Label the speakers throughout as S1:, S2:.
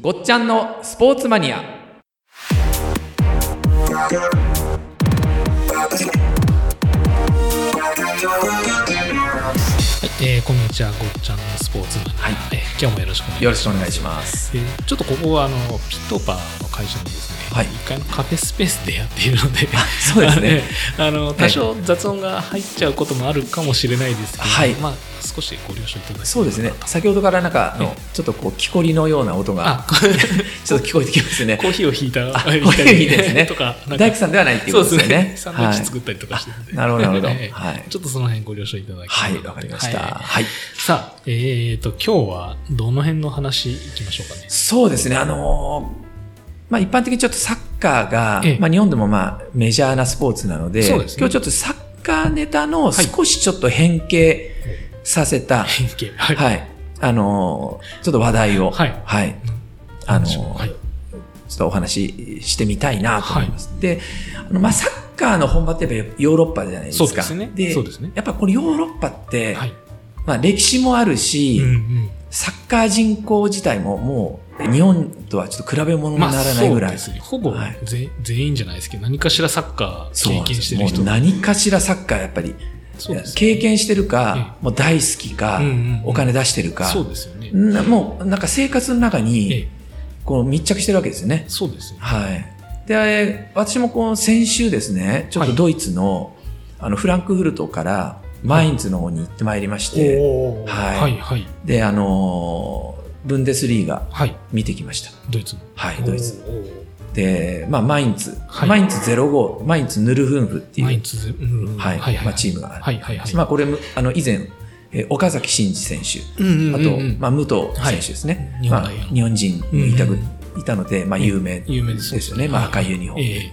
S1: ごっちゃんのスポーツマニア
S2: はい、えー、こんにちは、ごっちゃんのスポーツマン、はいえー今日もよろしくお願いし
S1: よ
S2: ま
S1: ろしくお願いします
S2: す。えーちょっとここはあのピットバーの会社のですね、
S1: はい
S2: 1階のカフェスペースでやっているので、
S1: そうですね
S2: あの多少雑音が入っちゃうこともあるかもしれないですけど、
S1: はい
S2: まあ少しご了承いただければ
S1: そうですね先ほどからなんかあのちょっとこう木こりのような音が
S2: あ、 こ
S1: ちょっと聞こえてきますね
S2: コーヒーを引いた
S1: あコーヒーを引いたですね
S2: とか、なん か
S1: 大工さんではないっていうことですよ
S2: そう
S1: ね
S2: サンドイッチ
S1: はい
S2: 作ったりとかしてるんで
S1: なるほどなるほど
S2: ええ
S1: はい
S2: ちょっとその辺ご了承いただければ
S1: はいわかりました
S2: はい
S1: はい
S2: さあ、えー、と、今日はどの辺の話いきましょうかね。
S1: そうですね、あのーまあ、一般的にちょっとサッカーが、
S2: ええ
S1: まあ、日本でもまあメジャーなスポーツなので
S2: そうですね
S1: 今日ちょっとサッカーネタの少しちょっと変形させた、はい
S2: 変形。はい。
S1: あのーちょっと話題を、
S2: はい
S1: あの
S2: し
S1: ー
S2: はい。
S1: ちょっとお話ししてみたいなと思います。であの、まあ、サッカーの本場ってやっぱヨーロッパじゃないですか。
S2: そうですねそうですね
S1: やっぱこれヨーロッパって、
S2: はい。
S1: まあ、歴史もあるし、
S2: うんうん。
S1: サッカー人口自体ももう日本とはちょっと比べ物にならないぐらい、
S2: そうですね。ほぼ、
S1: はい
S2: ぜ全員じゃないですけど、何かしらサッカー
S1: そうなん
S2: 経
S1: で
S2: 験
S1: す
S2: してる人
S1: もう。何かしらサッカーやっぱり、
S2: そうですね
S1: 経験してるか、もう大好きか、
S2: うんうんうん
S1: お金出してるか、
S2: そうですよね。
S1: なもうなんか生活の中
S2: え
S1: に
S2: え
S1: こう密着してるわけですよね。
S2: そうですよね。
S1: はい。で、えー私もこう先週ですね、ちょっとドイツの、あのフランクフルトからマインズの方に行ってまいりまして、
S2: おー
S1: は
S2: はいい、はい。
S1: で、あのーブンデスリーガ
S2: はい。
S1: 見てきました。
S2: ドイツの。
S1: はい、ドイツ。
S2: おー。お
S1: で、まあ、マインツ、
S2: はい
S1: マインツ05、マインツヌルフンフってい
S2: ー
S1: う、
S2: マインツゼ、うんうん
S1: はいまあ、チームがある。
S2: はいはいはい。
S1: まあ、これ、あの、以前、えー岡崎慎司選
S2: うんうん
S1: 手、あ
S2: う
S1: と、
S2: んうん
S1: まあ、武藤選手ですね。
S2: はい日
S1: ま
S2: 本代
S1: あ
S2: 表、
S1: 日本人にいたぐ、
S2: うん
S1: いたので、まあ、有名
S2: 有
S1: で
S2: 名です
S1: すよね。まあ、赤いユニフォームで、
S2: ええ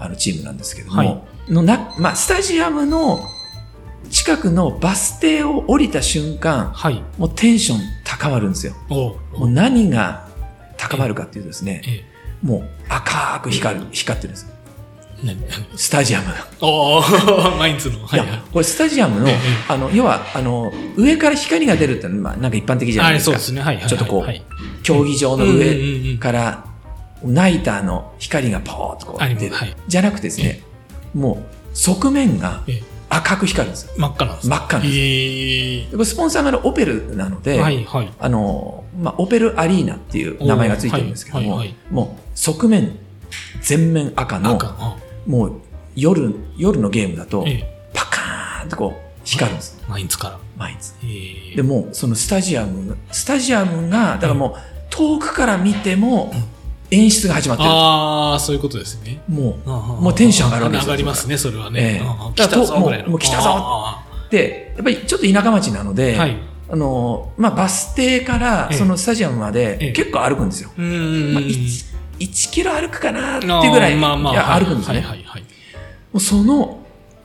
S1: あの、チームなんですけども、
S2: はい
S1: のな、まあ、スタジアムの近くのバス停を降りた瞬間、
S2: はい。
S1: もうテンション高まるんですよ。
S2: おー
S1: もう何が高まるかっていうとですね、
S2: ええ
S1: もう赤く光る、光ってるんです。
S2: 何何
S1: スタジアムが。
S2: おー マインツの。はいい
S1: や
S2: はい。
S1: これスタジアムの
S2: ええ、
S1: あの、要は、あの、上から光が出るってのは、まあ、なんか一般的じゃないで
S2: はい、
S1: す
S2: そう
S1: か。
S2: ですね。はいはいはい。
S1: ちょっとこう
S2: はい
S1: 競技場の
S2: うんうんうんう
S1: 上
S2: ん
S1: から、ナイターの光がポーッとこ
S2: あ
S1: う
S2: り
S1: 出る
S2: ますはい。
S1: じゃなくてですね、もう、側面が
S2: ええ
S1: 赤く光るんですよ。
S2: 真っ赤なんです
S1: 真っ赤なんです
S2: え
S1: でこれスポンサーがオペルなの
S2: え
S1: で、
S2: はいはい。
S1: あの、まあ、オペルアリーナっていう名前がついてるんですけど
S2: おー
S1: も
S2: はいはい、
S1: もう、側面、全面赤の、
S2: 赤。あ
S1: もう、夜、夜のゲームだと
S2: え、え
S1: パカーンとこう、光るんです。
S2: マインツから。
S1: マインズ。
S2: ええ
S1: でも、そのスタジアム、スタジアムが、だからもう、遠くから見ても、演出が始まってる。
S2: ああ、そういうことですね。
S1: もう、も
S2: も
S1: うテンション上がるわけです
S2: 上
S1: よ
S2: がりますね、それは
S1: ええ
S2: ね。ああ
S1: だ
S2: 来
S1: から
S2: た
S1: と
S2: ぞ、ぐらいの。
S1: もう来たぞ
S2: あ
S1: で、やっぱりちょっと田舎町なので、
S2: あはい。
S1: あの、まあ、バス停から、
S2: ええ
S1: そのスタジアムま
S2: え
S1: で
S2: え、
S1: 結構歩くんですよ。
S2: うーん。
S1: まあ、1, 1キロ歩くかなっていうぐらい、
S2: あーまあまあ
S1: いや歩くんですね。
S2: はいはいはい。
S1: もうその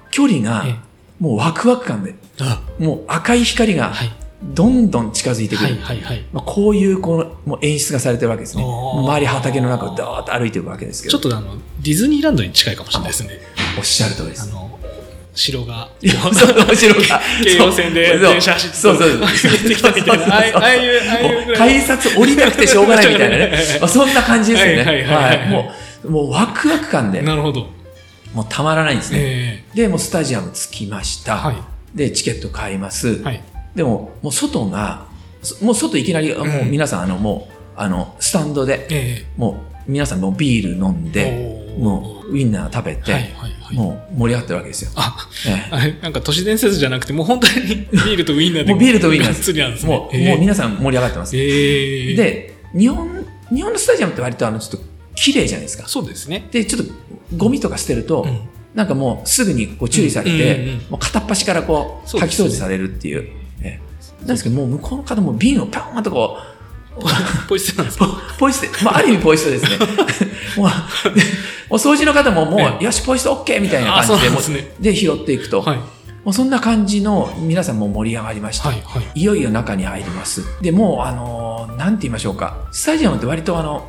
S1: 距離が
S2: ええ、
S1: もうワクワク感で、
S2: あ
S1: もう赤い光が、
S2: はい
S1: どんどん近づいてく
S2: は
S1: る。
S2: いはいはい。
S1: まあ、こういうこのもう演出がされてるわけですね。
S2: おー
S1: 周り畑の中をダーッと歩いていくわけですけ
S2: ちょ
S1: ど
S2: っ、とあの、ディズニーランドに近いかもしれないですね。
S1: おっしゃる通りで
S2: あ
S1: す。
S2: の、城が。
S1: そう後ろが
S2: 京王線で電車走って
S1: そうそうそう
S2: 帰ってきたみたいなああいうああいうああいうぐらいの
S1: 改札降りなくてしょうがないみたいな ねまあそんな感じですよね
S2: はいはいはいはい
S1: もうもうワクワク感で
S2: なるほど。
S1: もうたまらないんですね、
S2: え
S1: でもうスタジアム着きました、
S2: は
S1: でチケット買います、
S2: えはい。
S1: でももう外がそもう外いきなりもう
S2: うん
S1: 皆さんあのもうあのスタンドで
S2: え
S1: もう皆さんもうビール飲ん
S2: え
S1: でもうウインナー食べて、
S2: はいはいはい。
S1: もう盛り上がってるわけですよ。
S2: あ、
S1: え
S2: あれ、なんか都市伝説じゃなくて、もう本当にビールとウインナー
S1: え
S2: で。
S1: もうビールとウインナー
S2: がっつりなんですね。
S1: もう、
S2: えー
S1: もう皆さん盛り上がってます。
S2: えー、、
S1: で、日本、日本のスタジアムって割とあの、ちょっと綺麗じゃないですか。
S2: そうですね。
S1: で、ちょっとゴミとか捨てると、
S2: うん
S1: なんかもうすぐにこう注意されて、
S2: うんうんうん
S1: もう片っ端からこう、
S2: そう
S1: 掃
S2: で
S1: き
S2: す
S1: 掃
S2: ね
S1: 除されるっていう。ええなんですけど、もう向こうの方も瓶をパーンとこう、
S2: ポイ捨てなんです
S1: ポ
S2: か
S1: ポイ捨て、まあ、ある意味ポイ捨てですね。もう、でお掃除の方ももう、
S2: ええ
S1: よし、ポイ捨て OK! みたいな感じで、
S2: あ
S1: も
S2: そうなんですね
S1: うで拾っていくと、
S2: はい。
S1: もうそんな感じの皆さんも盛り上がりました。
S2: はい、はい。
S1: いよいよ中に入ります。で、もう、あのーなんて言いましょうか。スタジアムって割とあの、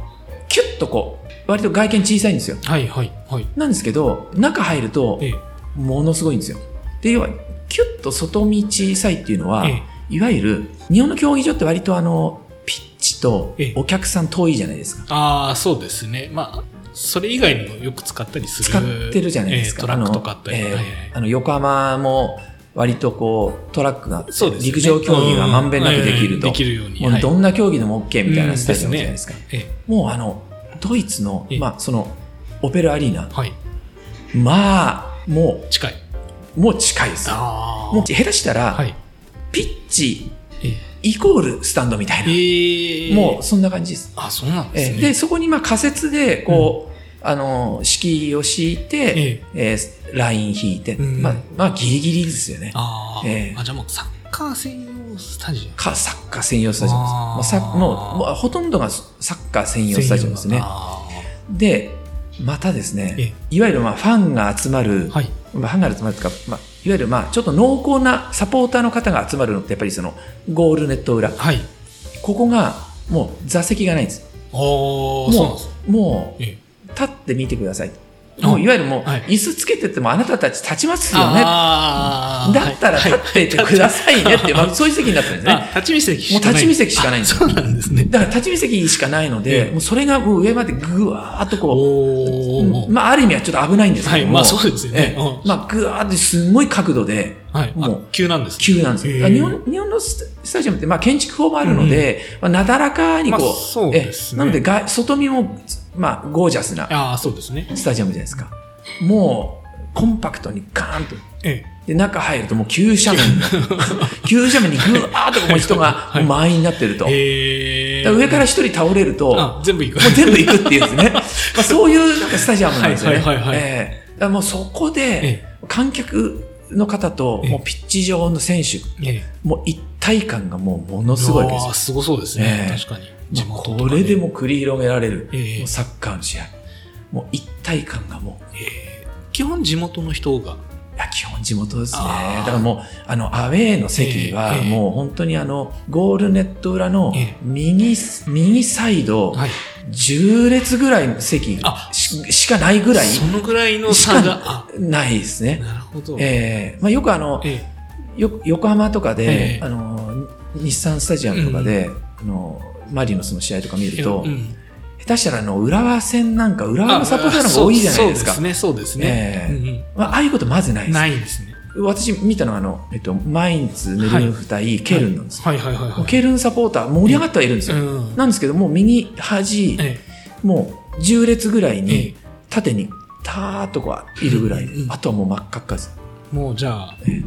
S1: キュッとこう、割と外見小さいんですよ。
S2: はい、はい、はい。
S1: なんですけど、中入ると
S2: え、え
S1: ものすごいんですよ。で、要は、キュッと外見小さいっていうのは、
S2: ええ
S1: いわゆる、日本の競技場って割とあの、ピッチと
S2: ええ
S1: お客さん遠いじゃないですか。
S2: ああ、そうですね。まあ、それ以外にもよく使ったりする。
S1: 使ってるじゃないですか。
S2: えートラックとかあったり。
S1: あのえー
S2: はいはい
S1: あの横浜も割とこうトラックが、
S2: そうですね
S1: 陸上競技がまんべんなくできると、
S2: うんえーできるように。
S1: もうど
S2: はい
S1: んな競技でも OK みたいなスタジアムじゃないですか。
S2: え
S1: もうあのドイツの
S2: ええ
S1: まあそのオペラアリーナ
S2: ー、はい。
S1: まあも
S2: 近い。
S1: うもう近いです。
S2: あ
S1: もう下手したら、
S2: はい。
S1: ピッチ
S2: えー
S1: イコールスタンドみたいな、
S2: えー
S1: もうそんな感じです。
S2: あ、そうなんで
S1: え
S2: す
S1: ー
S2: ね。
S1: でそこにまあ仮設でこう、あの敷居を敷いて、えーライン引いて、
S2: うん
S1: まあまあギリギリですよね。
S2: あー、
S1: えー
S2: あ、じゃあもうサッカー専用スタジ
S1: かサッカー専用スタジアムです。
S2: あー
S1: もうさもうもうほとんどがサッカー専
S2: アム。
S1: 用スタジアムですね。
S2: あ
S1: でまたです
S2: え
S1: ねいわゆるまあファンが集まる、
S2: ーはい。
S1: まあ、ハンガール集まるとか、まあ、いわゆるまあちょっと濃厚なサポーターの方が集まるのってやっぱりそのゴールネット裏こ
S2: はい。
S1: こがもう座席がないんです
S2: おー、そうなん
S1: も
S2: ですね。
S1: うもう
S2: えー
S1: 立ってみてください
S2: あ
S1: もういわゆるもう
S2: はい
S1: 椅子つけててもあなたたち立ちますよね
S2: あー
S1: だったら
S2: はい
S1: 立っててくださいねって、まあ、そういう席になってるんですね
S2: あ、立ち見席し
S1: もう
S2: かな
S1: 立
S2: い。
S1: ち見席しかないんです
S2: あそうなんですね。
S1: だから立ち見席しかないので、
S2: ええ
S1: もうそれがもう上までぐわーっとこう、
S2: おー。
S1: まあある意味はちょっと危ないんです
S2: は
S1: け
S2: い、
S1: ども、
S2: まあそうですよね。うん
S1: まあぐわーってすごい角度で、
S2: はい。
S1: も
S2: あ
S1: う、
S2: 急なんですね。
S1: 急なんですよ。
S2: へー
S1: 日本日本のスタスタジアムって、まあ、建築法もあるので、まあ、なだらかにこう、
S2: まあそうですね
S1: なのでが外見も、まあ、ゴージャスな
S2: ああ、そうですね。
S1: スタジアムじゃないですか。もう、コンパクトにガーンと。
S2: ええ。
S1: で、中入るともう急斜 面の、急斜面にぐわーっとこう人が
S2: い
S1: 満員になってると。
S2: ええ
S1: だから上から一人倒れると、も
S2: あ、全部行く。
S1: う全部行くっていうです ね。まあ、そういうなんかスタジアムなんですよね。
S2: はいはいはいはい
S1: ええだからもうそこで
S2: え、
S1: 観客の方と、
S2: ええ
S1: もうピッチ上の選手、
S2: ええ
S1: もう一体感がもうものすごいわけです
S2: あ
S1: よ
S2: あ、すごそうですね。
S1: ええ
S2: 確かに。
S1: まあ
S2: 地元と
S1: こ
S2: か
S1: れ
S2: ね
S1: でも繰り広げられる、
S2: ええ
S1: もうサッカーの試合。もう一体感がもう、
S2: 基本地元の人が。
S1: いや、基本地元ですね。
S2: あー
S1: だからもう、あの、アウェーの席
S2: え
S1: は、
S2: えええ
S1: もう本当にあの、ゴールネット裏の
S2: ええ
S1: 右、右サイド、
S2: はい。
S1: 10列ぐらいの席
S2: あ
S1: ししかないぐらい、
S2: そのぐらいの
S1: し
S2: 差
S1: か
S2: が。あ、
S1: ないですね。
S2: なるほど。
S1: え
S2: え
S1: えまあよくあの、
S2: え。
S1: よ横浜とかで、
S2: ええ
S1: あの、日産スタジアムとかで、あの、マリノスの試合とか見ると、
S2: うん
S1: 下手したらあの浦和戦なんか浦和のサポーターの方が
S2: そう
S1: 多いじゃないですか。
S2: そうですね、そうですね。
S1: ええ
S2: うん
S1: まあ、ああいうことまずない
S2: う
S1: で
S2: ん
S1: す。
S2: ないですね。
S1: 私見たのはあの、えっと、マインツ、ヌルンフ対、ケルンなんですよ、
S2: はいはいはい
S1: もう
S2: は
S1: ケルンサポーター盛り上がってはいるんです
S2: い。
S1: よ。
S2: うん。
S1: なんですけどもう右端、
S2: え
S1: もう10列ぐらい
S2: ええ
S1: に縦にたーっとこういるぐらいで、
S2: うんうん
S1: あとはもう真っ赤っかです。
S2: えもうじゃあ
S1: ええ、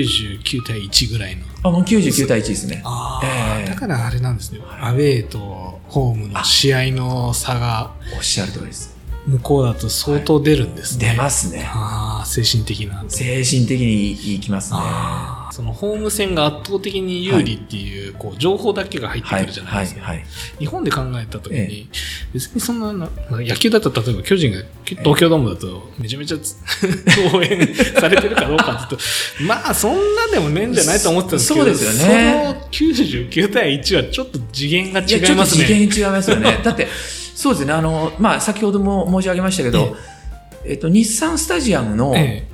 S2: 99対1ぐらいの。
S1: あもう99対1ですね。
S2: ああ、
S1: ええ
S2: だからあれなんですね。アウェーとホームの試合の差が、
S1: おっしゃる通りです。
S2: 向こうだと相当出るんですね。
S1: 出ますね。
S2: ああ、精神的な。
S1: 精神的にいきますね。は
S2: あーそのホーム戦が圧倒的に有利っていう、こう情報だけが入ってく
S1: い、
S2: るじゃない
S1: は
S2: で
S1: い、
S2: すか。
S1: はい。
S2: 日本で考えたときに、
S1: え
S2: 別にそんなな、野球だったら例えば巨人が東京ドームだと、めちゃめちゃつ、応援されてるかどうかって言うと、まあそんなでもねえんじゃないと思ってたんですけど、
S1: そうですよね
S2: その99対1はちょっと次元が違
S1: いや、ち
S2: い
S1: ょっと
S2: ます
S1: 次
S2: ね。
S1: 元違いますよね。 だって、そうですね、あの、まあ、先ほども申し上げましたけど、えっと、日産スタジアムの
S2: ええ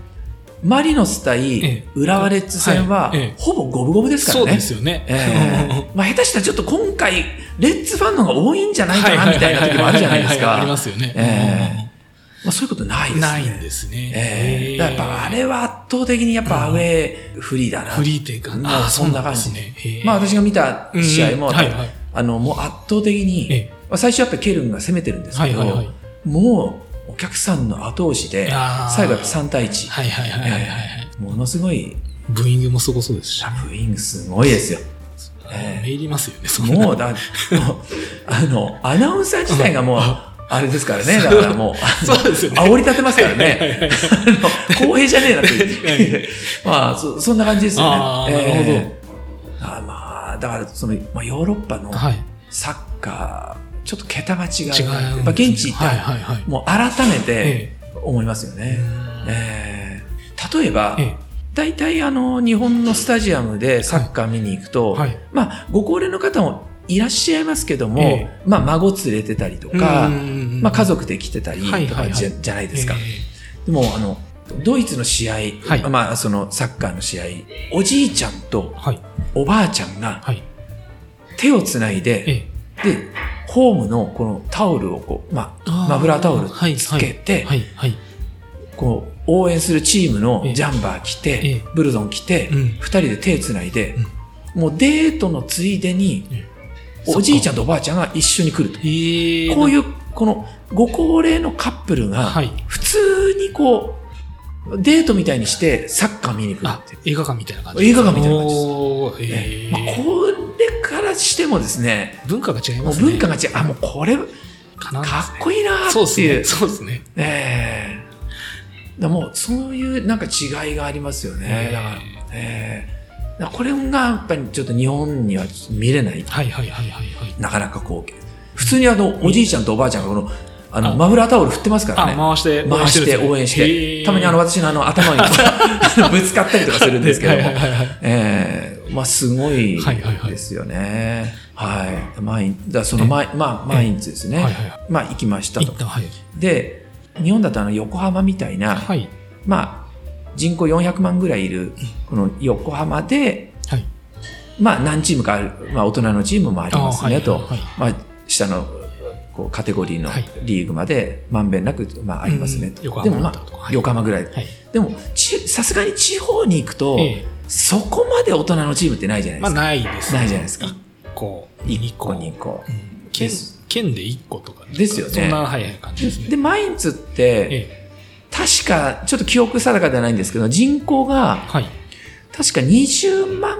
S1: マリノス
S2: え
S1: 対
S2: え
S1: 浦和レッズ戦は
S2: はいええ、
S1: ほぼ五分五分ですから
S2: そう
S1: ね。
S2: ですよね。
S1: ええまあ、下手したらちょっと今回、レッズファンの方が多いんじゃないかな、みたいな時もあるじゃないです
S2: ははははあ
S1: か。
S2: りま
S1: ます
S2: よね。
S1: えあ、そういうことないですね。
S2: ないんですね。
S1: ええだからやっぱあれは圧倒的にやっぱアウェーフリーだな。
S2: フリーというか、
S1: うん
S2: ああ、
S1: そ
S2: そ
S1: ん
S2: ん
S1: な
S2: な
S1: 感
S2: 感
S1: じ
S2: じね。へえ
S1: まあ、私が見た試合も、
S2: うんはいはい
S1: あの、もう圧倒的に、
S2: ええ
S1: 最初やっぱりケルンが攻めてるんです
S2: は
S1: け
S2: い
S1: ど、
S2: はいはい。
S1: もうお客さんの後押しで
S2: あー
S1: 最後は3対1、
S2: はいはいはいはいは
S1: え
S2: い。
S1: ーものすごい
S2: ブーイングもすごそうですし。
S1: ラブイングすごいですよええ
S2: めいりますよね、そんな
S1: もうだもうあのアナウンサー自体がもうあれですからねだからもう
S2: そうですよね。
S1: 煽り立てますからね
S2: はいはいはい
S1: あの公平じゃねえなっていうまあそそんな感じです
S2: あ
S1: よね
S2: ーなるほど
S1: どあーまあだからその、まあ、ヨーロッパの
S2: はい。
S1: サッカーちょっと桁が違う
S2: 違う。
S1: やっぱ現地行ったら、
S2: はいはいはい。
S1: もう改めて
S2: え
S1: 思いますよね、
S2: えうん
S1: えー例えば、
S2: え
S1: 大体あの日本のスタジアムでサッカー見に行くと、
S2: はい
S1: まあ、ご高齢の方もいらっしゃいますけども、
S2: え
S1: まあ、孫連れてたりと
S2: え
S1: か、
S2: うん
S1: まあ、家族で来てたりとか
S2: はい
S1: じゃ,、
S2: はいはい
S1: じゃないですか、
S2: え
S1: でもあのドイツの試合、
S2: はい
S1: まあ、そのサッカーの試合おじいちゃんと
S2: えはい。
S1: おばあちゃんが
S2: はい。
S1: 手をつないで、
S2: え
S1: で、ホームのこのタオルをこう、まあ、
S2: あー
S1: マフラータオル
S2: はい
S1: つけて、
S2: はいはい
S1: こう、応援するチームのジャンバー着て、
S2: ええ
S1: ブルゾン着て、
S2: う
S1: 二、
S2: ん
S1: 人で手つないで、もうデートのついでに
S2: え、え
S1: おじいちゃんとおばあちゃんが一緒に来ると。
S2: えー、
S1: こう
S2: う
S1: いう、この、ご高齢のカップルが
S2: は、い
S1: 普通にこう、デートみたいにしてサッカー見に来る
S2: あ
S1: っていう。
S2: 映画館みたいな感じ
S1: 映画館みたいな感じです
S2: おーえー
S1: まあ、これからしてもですね、
S2: 文化が違い
S1: も
S2: ま
S1: う
S2: すね
S1: 文化が違う、あ、もうこれ、か
S2: かな
S1: っこいいな
S2: そう
S1: ー
S2: で
S1: っ
S2: す
S1: ていう。
S2: ねそうですね
S1: ええだからもうそういうなんか違いがありますよね。だから、ええだからこれがやっぱりちょっと日本には見れない。
S2: はいはいはいはいはい
S1: なかなかこう、普通にあの、おじいちゃんとおばあちゃんがこの、あの、
S2: あ
S1: マフラータオル振ってますから
S2: あ
S1: ね。
S2: 回して
S1: 回して応援して、たまにあの、私のあの、頭に あのぶつかったりとかするんですけども。
S2: はいはいはいはい
S1: ええまあ、すごい
S2: はいはいはい
S1: ですよね。はいマイン、だからそのマイ、まあ、マインズですね。
S2: はいはいは
S1: まあ、行きました
S2: い
S1: と
S2: 一。旦はい
S1: で日本だとあの横浜みたいな、
S2: はい
S1: まあ、人口400万ぐらいいるこの横浜で、
S2: はい
S1: まあ、何チームかある、まあ、大人のチームもありますね
S2: あはい
S1: と、
S2: はい
S1: まあ、下のこうカテゴリーの
S2: はい
S1: リーグまでまんべんなく、まあ、ありますね
S2: うん
S1: と、
S2: 横
S1: で
S2: 浜
S1: も、ま
S2: だったとか
S1: あ、
S2: はい
S1: 横浜ぐらい、
S2: はい
S1: でもちさすがに地方に行くと、
S2: ええ
S1: そこまで大人のチームってないじゃないで
S2: ますあ
S1: か、
S2: ないです
S1: ないじゃないですか
S2: 1個
S1: 1
S2: 2
S1: 個
S2: 個
S1: 2個
S2: うん県
S1: です
S2: 県で1個とか
S1: ですよね
S2: そんなはいはい感じですね
S1: でマインツって、
S2: ええ
S1: 確かちょっと記憶定かではないんですけど人口が
S2: はい
S1: 確か20万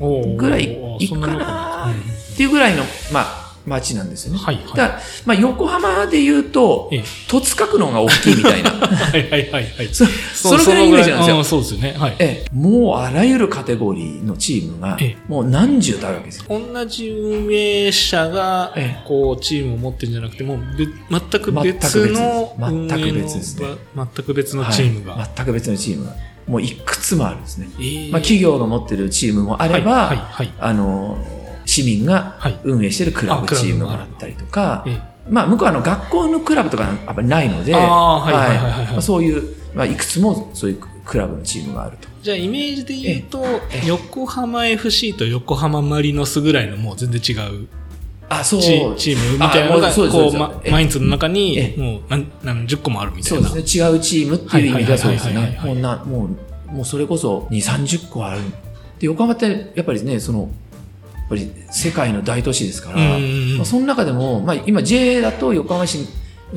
S2: おー
S1: ぐらい
S2: おー
S1: いくか
S2: そんもん
S1: な
S2: うん
S1: っていうぐらいの、まあ、町なんですよね。
S2: はいはい
S1: だから、まあ、横浜で言うと
S2: ええ、
S1: 戸塚区の方が大きいみたいな。
S2: はいはいはいはい
S1: そそれぐらいのイメージなんですよ。
S2: そうですよね。はい。
S1: ええ、もうあらゆるカテゴリーのチームが
S2: ええ、
S1: もう何十とあるわけですよ。
S2: 同じ運営者が
S1: え、
S2: こう、チームを持ってるんじゃなくて、もうべ、全く別の
S1: 全
S2: 運営
S1: く別です全く別
S2: の
S1: ですね
S2: ば全く別のチームが。
S1: はい全く別のチームが。もういくつもあるんですね。
S2: えー
S1: まあ、企業が持ってるチームもあれば、
S2: はいはいはい
S1: あの、市民が
S2: はい
S1: 運営してるクラブ
S2: あクラブ
S1: チ
S2: も
S1: ームがあったりとか
S2: え、ー
S1: まあ、向こうはあの学校のクラブとかあんまりないので、
S2: あーはいはいはいはい
S1: まあそういう、まあ、いくつもそういうクラブのチームがあると。
S2: じゃあ、イメージで言うと
S1: ええ、
S2: 横浜 FC と横浜マリノスぐらいのもう全然違う
S1: あ、そう。
S2: チチームみたいなの
S1: あ
S2: が、
S1: そうです
S2: こ
S1: そ
S2: う、
S1: うです
S2: まマインツの中
S1: え
S2: に
S1: え、
S2: もう何、何十個もあるみた
S1: そ
S2: いう
S1: で
S2: な。
S1: すね。違うチームっていう意味ではそうです
S2: はいはい
S1: ね。
S2: はい
S1: も
S2: は
S1: うな、もう、もうそれこそ2、30個ある。で、横浜ってやっぱりね、その、やっぱり世界の大都市ですから、
S2: うんうんうん
S1: まあ、その中でも、まあ、今 J だと横浜市の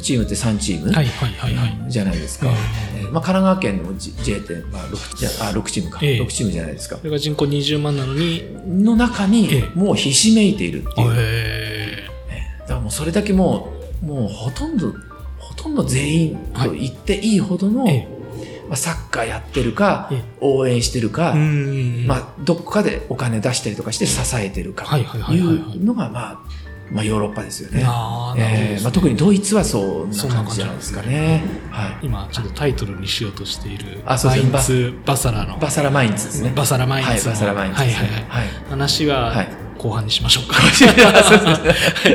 S1: チームって3チーム
S2: はいはいはいはい。
S1: じゃないですか。
S2: うん
S1: えーまあ、神奈川県の J J って、まあ、6, じゃあ6チームか、
S2: ええ
S1: 6チームじゃないですか
S2: そ。れが人口20万なのに、
S1: の中
S2: え
S1: に
S2: え
S1: もうひしめいているっていう、
S2: え
S1: だからもうそれだけもうもうほとんどほとんど全員と言っていいほどの、
S2: ええ
S1: まあ、サッカーやってるか、
S2: え
S1: 応援してるか、
S2: ーうん
S1: まあ、どこかでお金出したりとかして支えてるか
S2: はいはい
S1: と
S2: はいいはいはいう
S1: のが、まあまあ、ヨーロッパですよね。
S2: あーなるほど
S1: え
S2: で
S1: え
S2: す
S1: まあ、
S2: ね
S1: 特にドイツはそんな
S2: そんな
S1: 感じ
S2: 感じ
S1: じゃないですかね。はい、
S2: 今ちょっとタイトルにしようとしている
S1: あそう
S2: マ
S1: で
S2: イ
S1: すね
S2: ンツバサラの
S1: バサラマインツですね。
S2: バサラマインツ
S1: はい、
S2: の
S1: バサラマインツですね。
S2: はいはいは
S1: は
S2: い
S1: い
S2: 話
S1: は
S2: はい後半にしましょうか
S1: そう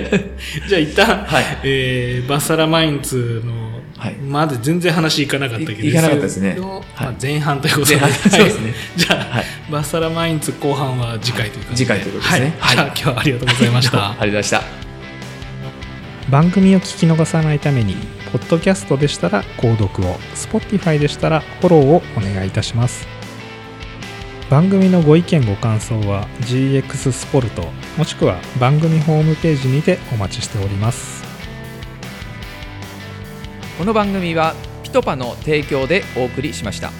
S1: ですね
S2: じゃあ一旦、
S1: はい
S2: えーバサラマインツの
S1: はい
S2: まで全然話いかなかったけど
S1: いいかなかったですね
S2: それの
S1: はい
S2: まあ前半ということで
S1: 前半そうですね
S2: はい じゃあ、
S1: はい
S2: バサラマインツ後半は次回ということで
S1: 次回ということですね
S2: はい、じゃあ今日はありがとうございました
S1: ありがとうございました。
S3: 番組を聞き逃さないためにポッドキャストでしたら購読を Spotify でしたらフォローをお願いいたします番組のご意見ご感想は GX スポルトもしくは番組ホームページにてお待ちしております
S4: この番組はピトパの提供でお送りしました。